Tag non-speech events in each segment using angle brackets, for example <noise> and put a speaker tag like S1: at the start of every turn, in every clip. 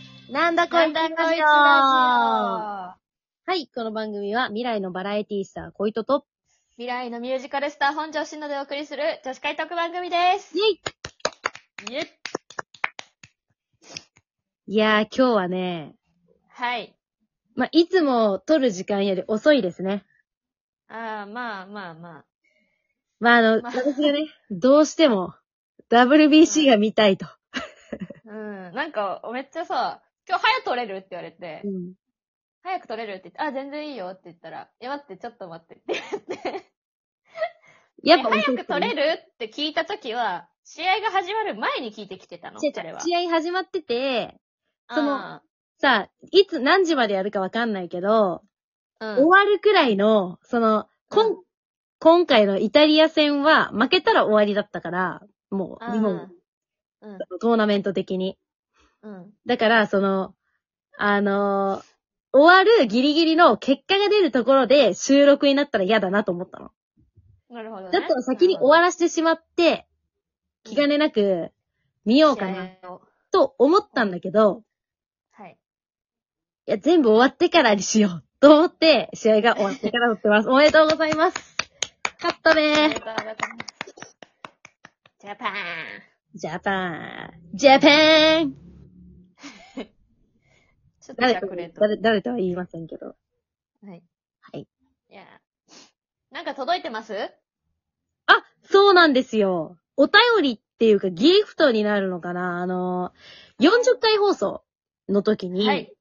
S1: だこいつ
S2: なんだこいつ
S1: ラ
S2: ラ
S1: はい、この番組は未来のバラエティスター、小糸と、
S2: 未来のミュージカルスター本庄しのでお送りする女子会特番組です。
S1: イェイ
S2: イェッ
S1: いやー、今日はね、
S2: はい。
S1: まあ、いつも撮る時間より遅いですね。
S2: ああ、まあまあまあ。
S1: まあ、あの、
S2: まあ
S1: 私がね、どうしても、WBC が見たいと。
S2: うん。なんか、めっちゃさ、今日早く撮れるって言われて、
S1: うん。
S2: 早く撮れるって言って、あ、全然いいよって言っ
S1: <laughs>
S2: たら、いや、待って、ちょっと待ってって言って。
S1: やっぱ、
S2: え早く撮れ
S1: る
S2: るって聞いたときは、試合が始まる前に聞いてきてたの、
S1: 試
S2: それは。
S1: 合始まってて、その
S2: あ
S1: さあ、いつ何時までやるかわかんないけど、
S2: ー、
S1: 終
S2: うん。
S1: わるくらいの、その、こん、今回のイタリア戦は負けたら終わりだったから、もう、日本、
S2: うん。うん。
S1: トーナメント的に。
S2: うん。
S1: だから、その、あのー終わるギリギリの結果が出るところで収録になったら嫌だなと思ったの。
S2: なるほど、ね。
S1: だったら先に終わらせてしまって、気兼ねなく見ようかな
S2: 試合を
S1: と思ったんだけど、
S2: はい。
S1: いや、全部終わってからにしようと思って、試合が終わってから撮ってます。おめでとうございます。勝った
S2: あり
S1: ね
S2: がとうございますジャパン。
S1: ジャパン。ジャパン
S2: ちょっと
S1: 誰
S2: じゃあ
S1: と
S2: これと。
S1: 誰誰とは言いませんけど。
S2: はい。
S1: はい。
S2: いや。なんか届いてます
S1: あ、そうなんですよ。お便りっていうかギフトになるのかなあの、40回放送の時に、
S2: はい。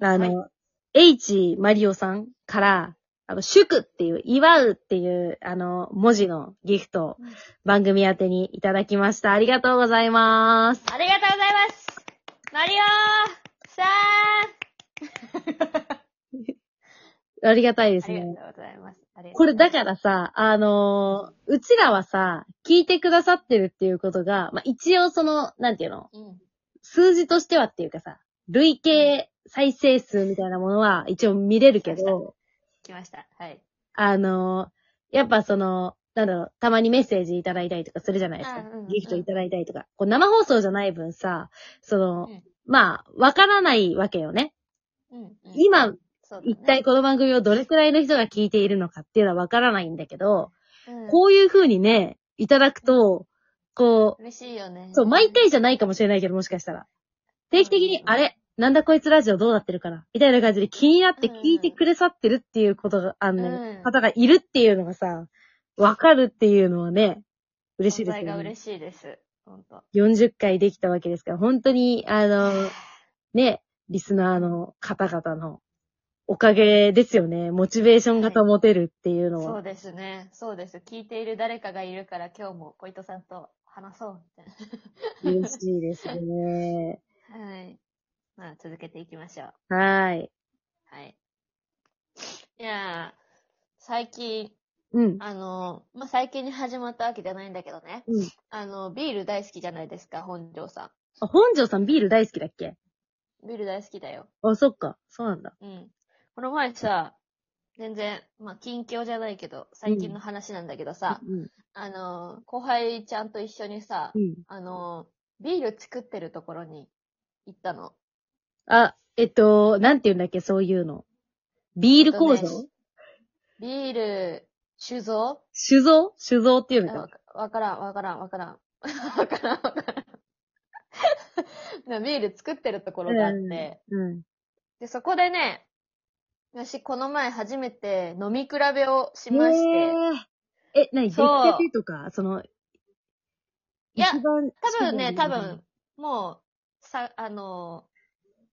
S1: あの、H マリオさんから、あの、祝っていう、祝うっていう、あの、文字のギフトを
S2: うん
S1: 番組宛てにいただきました。ありがとうございます。
S2: ありがとうございます。マリオさ
S1: ありがたいで
S2: ーん。
S1: す
S2: あり
S1: ね。
S2: がとうございます。ありがとうございます
S1: これだからさ、あのーうちらはさ、聞いてくださってるっていうことが、まあ、一応その、なんていうの、
S2: うん。
S1: 数字としてはっていうかさ、累計再生数みたいなものは一応見れるけど、
S2: 来ました。はい。
S1: あのーやっぱその、なんだろう、たまにメッセージいただいたりとかするじゃないです
S2: あ
S1: か
S2: うんうんうん。
S1: ギフトいただいたりとか。こう生放送じゃない分さ、その、
S2: うん
S1: まあ、わからないわけよね。
S2: うん、うん。
S1: 今、
S2: そうだね
S1: 一体、この番組をどれくらいの人が聞いているのかっていうのはわからないんだけど、
S2: うん
S1: こういう風にね、いただくと、こ
S2: 嬉しいよね。
S1: う、そう、毎回じゃないかもしれないけど、もしかしたら。定期的に、
S2: うん
S1: あれなんだこいつラジオどうなってるかなみたいな感じで気になって
S2: うん
S1: 聞いてくれさってるっていうことが、あの、
S2: うん
S1: 方がいるっていうのがさ、わかるっていうのはね、嬉しいです
S2: 存
S1: よ
S2: 在が
S1: ね。
S2: 嬉しいです。ほんと。
S1: 40回できたわけですから、本当に、あの、ね、リスナーの方々のおかげですよね。モチベーションが保てるっていうのは。
S2: そうですね。そうです。聞いている誰かがいるから今日も小糸さんと話そう、みたい
S1: 嬉しいですね。
S2: な。はい。まあ、続けていきましょう。
S1: はい。
S2: はい。いやー、最近、
S1: うん。
S2: あの、まあ、最近に始まったわけじゃないんだけどね。
S1: うん
S2: あの、ビール大好きじゃないですか、本庄さ
S1: あ、本庄さんビール大好きだっけ
S2: ん。ビール大好きだよ。
S1: あ、そっか。そうなんだ。
S2: うん。この前さ、全然、まあ、近況じゃないけど、最近の話なんだけどさ、
S1: うん。
S2: あの、後輩ちゃんと一緒にさ、
S1: うん。
S2: あの、ビール作ってるところに行ったの。
S1: あ、えっと、なんて言うんだっけ、そういうの。ビール工場、
S2: えっとねビール、酒造
S1: 酒造酒造っていうの
S2: あわ
S1: か。
S2: かわからん、わからん、わからん。 <laughs> わからん、 <laughs> わからん。ビール作ってるところがあって、
S1: うんうん。
S2: で、そこでね、私この前初めて飲み比べをしまして、
S1: えー、え、なに、出
S2: そう
S1: 来たてとか、その、
S2: いや
S1: 一番
S2: 多分ね、
S1: 近
S2: 多
S1: いのに
S2: 分、、もう、さ、あの、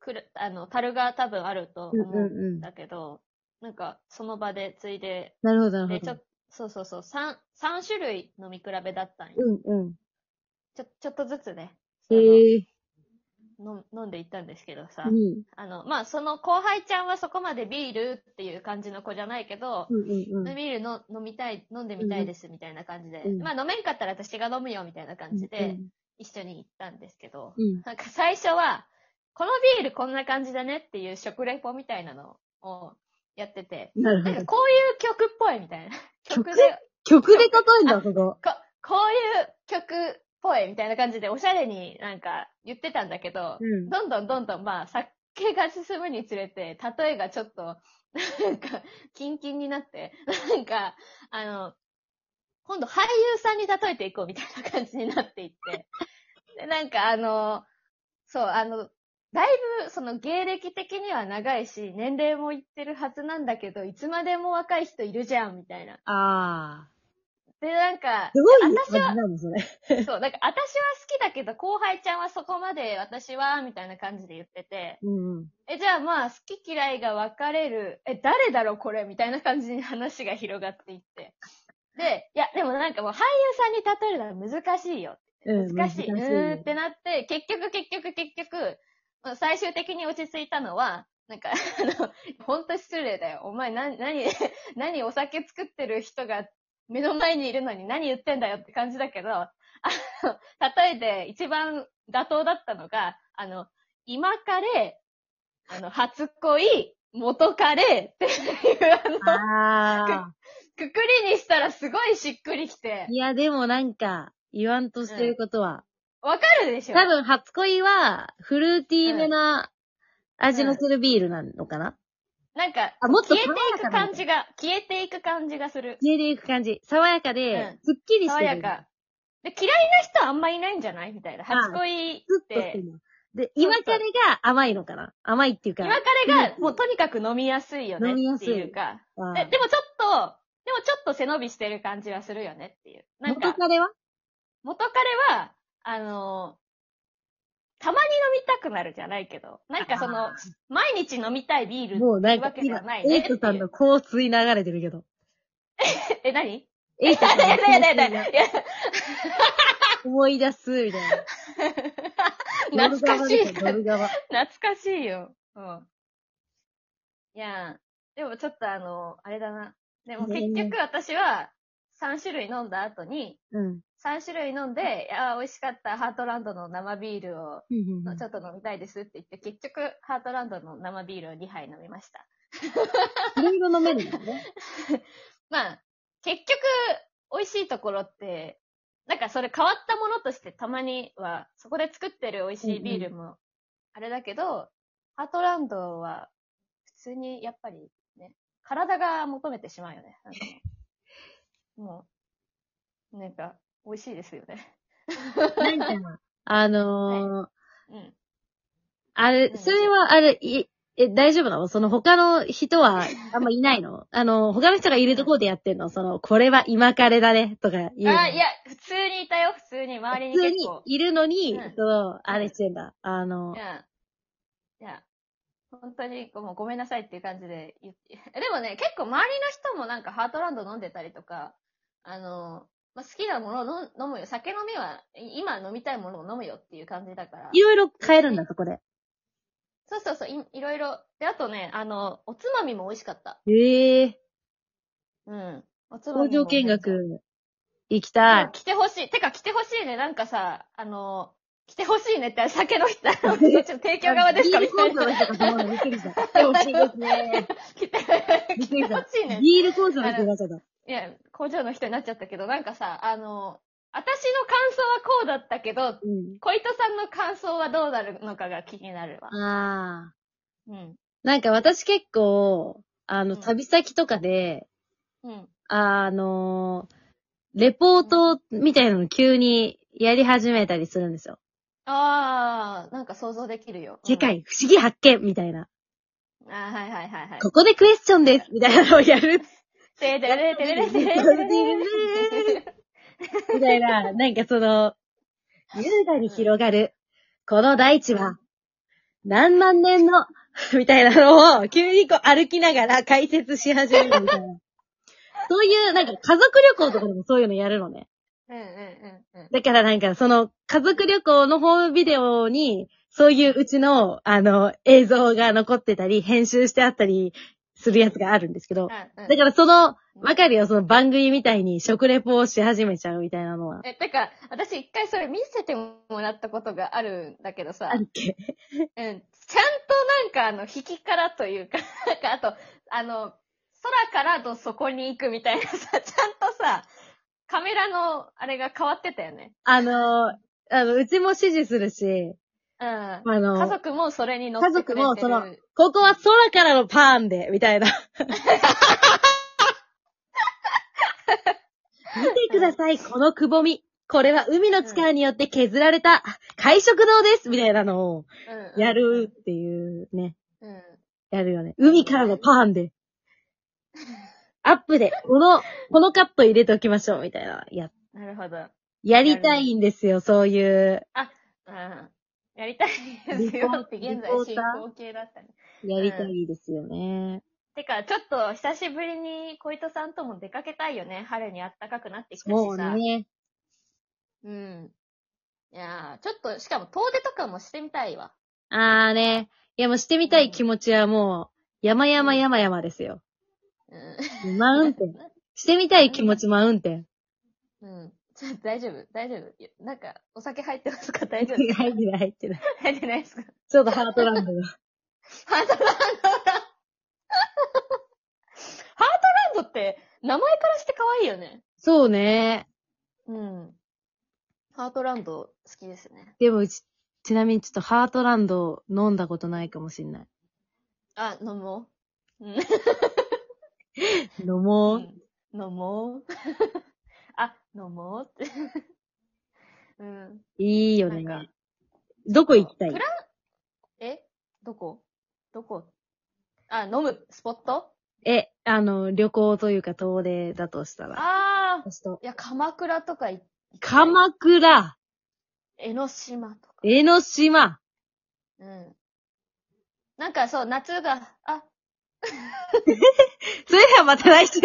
S2: くる、あの、樽が多分あると
S1: うん
S2: 思
S1: う
S2: うん
S1: うんん。
S2: だけど、なんか、その場でついで、
S1: なるほど、なる
S2: で、
S1: ほ
S2: ちょ
S1: ど。
S2: そうそうそう、三、三種類飲み比べだったんよ。
S1: うんうん。
S2: ちょ、ちょっとずつね、
S1: へえ
S2: あの飲ん飲んでいったんですけどさ、
S1: ー。うん。
S2: あの、まあ、その後輩ちゃんはそこまでビールっていう感じの子じゃないけど、
S1: うんうんうん。
S2: ビールの飲みたい、飲んでみたいですみたいな感じで、
S1: うん
S2: まあ飲めんかったら私が飲むよみたいな感じで一緒に行ったんですけど、
S1: うんうん。
S2: なんか最初は、このビールこんな感じだねっていう食レポみたいなのをやってて、
S1: なる
S2: な
S1: ほ
S2: んか
S1: ど。
S2: こういう曲っぽいみた
S1: <laughs>
S2: いな。
S1: 曲
S2: 曲で、
S1: 曲で例えんだ、ここ。
S2: こ、こういう曲っぽいみたいな感じでおしゃれになんか言ってたんだけど、
S1: うん
S2: どんどんどんどんまあさ、系が進むにつれて、例えがちょっと、なんか、キンキンになって、なんか、あの、今度俳優さんに例えていこうみたいな感じになっていって。で、なんかあの、そう、あの、だいぶ、その芸歴的には長いし、年齢もいってるはずなんだけど、いつまでも若い人いるじゃん、みたいな。
S1: ああ。
S2: で、なん
S1: <laughs>
S2: か、
S1: すごい
S2: 私
S1: 感
S2: は
S1: じなの、それ。
S2: そう、なんか私は好きだけど、後輩ちゃんはそこまで私は、みたいな感じで言ってて、
S1: うんうん。
S2: え、じゃあまあ、好き嫌いが分かれる、え、誰だろうこれみたいな感じに話が広がっていって。で、いや、でもなんかもう俳優さんに例えるのは難しいよ。
S1: うん、
S2: 難しい。うーんっ
S1: ね
S2: てなって、結局結局結局、まあ最終的に落ち着いたのは、なんか、 <laughs> あの、本当失礼だよ。お前、な、何、 <laughs> 何お酒作ってる人が目の前にいるのに何言ってんだよって感じだけど、あの、例えで一番妥当だったのが、あの、今カレー、あの、初恋、元カレーっていう、あの、
S1: ああ。
S2: くくりにしたらすごいしっくりきて
S1: い、や、でもなんか、言わんとしてることは、
S2: わかるでしょ
S1: 多分、初恋は、フルーティーめな味のするビールなのかな、
S2: なんか、
S1: あ、もっと
S2: 消え
S1: 爽
S2: て
S1: や
S2: い
S1: か
S2: く
S1: な
S2: 感。じが、消えていく感じがする。
S1: 消えていく感じ。爽やかで、すっきりしてる。
S2: 爽やか。で、嫌いな人はあんまいないんじゃないみたいな。初恋っ
S1: ずっとして
S2: て
S1: る。の。で、今彼が甘いのかな甘いっていうか。
S2: 今彼が、もうとにかく飲みやすいよね
S1: 飲みや
S2: っ
S1: す
S2: て
S1: い
S2: いうか。
S1: あ
S2: で
S1: ー
S2: でもちょっと、でもちょっと背伸びしてる感じはするよねっていう。なん
S1: 元
S2: か、
S1: 彼は
S2: 元彼は、あのーたまに飲みたくなるじゃないけど、なんかその
S1: あ、
S2: 毎日飲みたいビール
S1: もうなん
S2: わ
S1: か
S2: けじゃ
S1: 今
S2: な、い
S1: エ
S2: ね
S1: イトさんの香水流れてる
S2: <laughs>
S1: けど。
S2: え、何 <laughs>
S1: エイトさ
S2: や
S1: んの
S2: だやだやだやだ
S1: 香水
S2: いや
S1: 思い出す、みたいな。
S2: <laughs> 懐かしい
S1: ドルガバ
S2: <laughs> 懐かしいよ。うん。いやー、でもちょっとあの、あれだな。でも結
S1: ね
S2: 局私は3種類飲んだ後に、 <laughs>
S1: うん。
S2: 3種類飲んで、いやー、美味しかった、ハートランドの生ビールを、
S1: うんうん
S2: ちょっと飲みたいですって言って、結局、ハートランドの生ビールを2杯飲みました。
S1: いろいろ飲めるんだね。
S2: まあ、結局、美味しいところって、なんかそれ変わったものとしてたまには、そこで作ってる美味しいビールも、あれだけど、ハートランドは、普通にやっぱりね、体が求めてしまうよね。なんかもう、もうなんか、美味しいですよね。 <laughs>
S1: なんか、あのー、
S2: うん。
S1: あれ、
S2: うん
S1: それは、あれ、い、え、大丈夫なのその他の人
S2: <laughs>
S1: はあんまいないのあの、他の人がいるところでやってんのその、これは今彼だね、とか言うの。
S2: あ、いや、普通にいたよ、普通に。周りに
S1: 普通
S2: 結
S1: に
S2: 構。
S1: いるのに、
S2: うん
S1: その、あれしてんだ。あ
S2: う
S1: の
S2: ん、いや、本当にもうごめんなさいっていう感じで言って。 <laughs> でもね、結構周りの人もなんかハートランド飲んでたりとか、あの、まあ、好きなものを飲飲むよ。酒飲みは、今飲みたいものを飲むよっていう感じだから
S1: い。ろいろ変えるんだ、そこで。
S2: そうそうそうい、いろいろ。で、あとね、あの、おつまみも美味しかった。
S1: ええ
S2: うん。おつま
S1: 工
S2: みも
S1: 場見
S2: めっちゃ。
S1: 学、行きた
S2: う
S1: い
S2: ん。来てほしい。てか来てほしいね。なんかさ、あの、来てほしいねって酒
S1: <laughs>
S2: の人、あのちょっと提供側ですかみたいな。
S1: ビール工場の人かと思うのびっく
S2: <laughs>
S1: りした。来てほしいですね。
S2: 来て、
S1: びっ
S2: 来
S1: くり
S2: て
S1: し
S2: ほ <laughs>
S1: た。
S2: しいね。
S1: ビール工場の人だったの。
S2: いや、工場の人になっちゃったけど、なんかさ、あの、私の感想はこうだったけど、
S1: う
S2: 小糸さんの感想はどうなるのかが気になるわ
S1: ん。。ああ。
S2: うん。
S1: なんか私結構、あの、
S2: うん
S1: 旅先とかで、
S2: うん。
S1: あの、レポートみたいなの急にやり始めたりするんですよ。
S2: あー、なんか想像できるよ。うん
S1: 世。界不思議発見みたいな。
S2: あー、はいはいはいはい。
S1: ここでクエスチョンですみたいなのをやる。
S2: てれれれてれれてれれてれれ
S1: みたいな、なんかその、優雅に広がる、この大地は、何万年の、みたいなのを、急にこう歩きながら解説し始めるみた
S2: <laughs>
S1: いな。そういう、なんか家族旅行とかでもそういうのやるのね。
S2: <laughs> うんうんうんうん。
S1: だからなんかその家族旅行のホームビデオに、そういううちの、あの、映像が残ってたり、編集してあったりするやつがあるんですけど、
S2: あうん
S1: だからその、わかるよ、その番組みたいに食レポをし始めちゃうみたいなのは。
S2: <laughs> え、てか、私一回それ見せてもらったことがあるんだけどさ
S1: あ、るっけ
S2: うん。ちゃんとなんかあの、引きからというか、 <laughs> なんかあと、あの、空からとそこに行くみたいなさ、ち <laughs> ゃんとさ、カメラのあれが変わってたよね。
S1: あの、あの、うちも指示するし、
S2: うん。
S1: あの、
S2: 家族もそれに乗ってくれてる。
S1: 家族もそのここは空からのパーンで、みたいな。見てください、このくぼみ。これは海の力によって削られた海食堂です、みたいなのを
S2: うんうん
S1: やる。っていうね、
S2: うん。
S1: やるよね。海からのパーンで。アップで、この、このカット入れておきましょう、みたいな。や、
S2: なるほど。
S1: やりたいんですよ、そういう、
S2: うん。やりたいですよって現在進行形だったね。
S1: やりたいですよね。
S2: てか、ちょっと久しぶりに小糸さんとも出かけたいよね。春に暖かくなってきたしさ。
S1: もうね、
S2: うん。いやーちょっと、しかも遠出とかもしてみたいわ。
S1: あーね。いやもうしてみたい気持ちはもう、山々山々ですよ。
S2: うん。 <laughs>
S1: マウンテン。してみたい気持ちマウンテン。
S2: うん。ちょっと大丈夫大丈夫いやなんか、お酒入っ
S1: <laughs>
S2: てますか大丈夫
S1: 入ってない入ってない。
S2: 入ってないですか
S1: ちょっとハートランドが。
S2: ハートランドだ <laughs> ハートランドって、名前からして可愛いよね。
S1: そうね。
S2: うん。ハートランド好きですね。
S1: でもうち、ちなみにちょっとハートランド飲んだことないかもしんない。
S2: あ、飲もう。うん。
S1: 飲もう。
S2: 飲もう。あ、飲もうって。うん。
S1: いいよ
S2: なん
S1: ね
S2: か。
S1: どこ行きたい
S2: フラン、えどこどこあ、飲むスポット
S1: え、あの、旅行というか遠出だとしたら。
S2: ああ
S1: 私と
S2: いや、鎌倉とかい、
S1: 鎌倉、
S2: 江ノ島とか。
S1: 江ノ島。
S2: うん。なんかそう、夏が、あ、
S1: それではまた来週。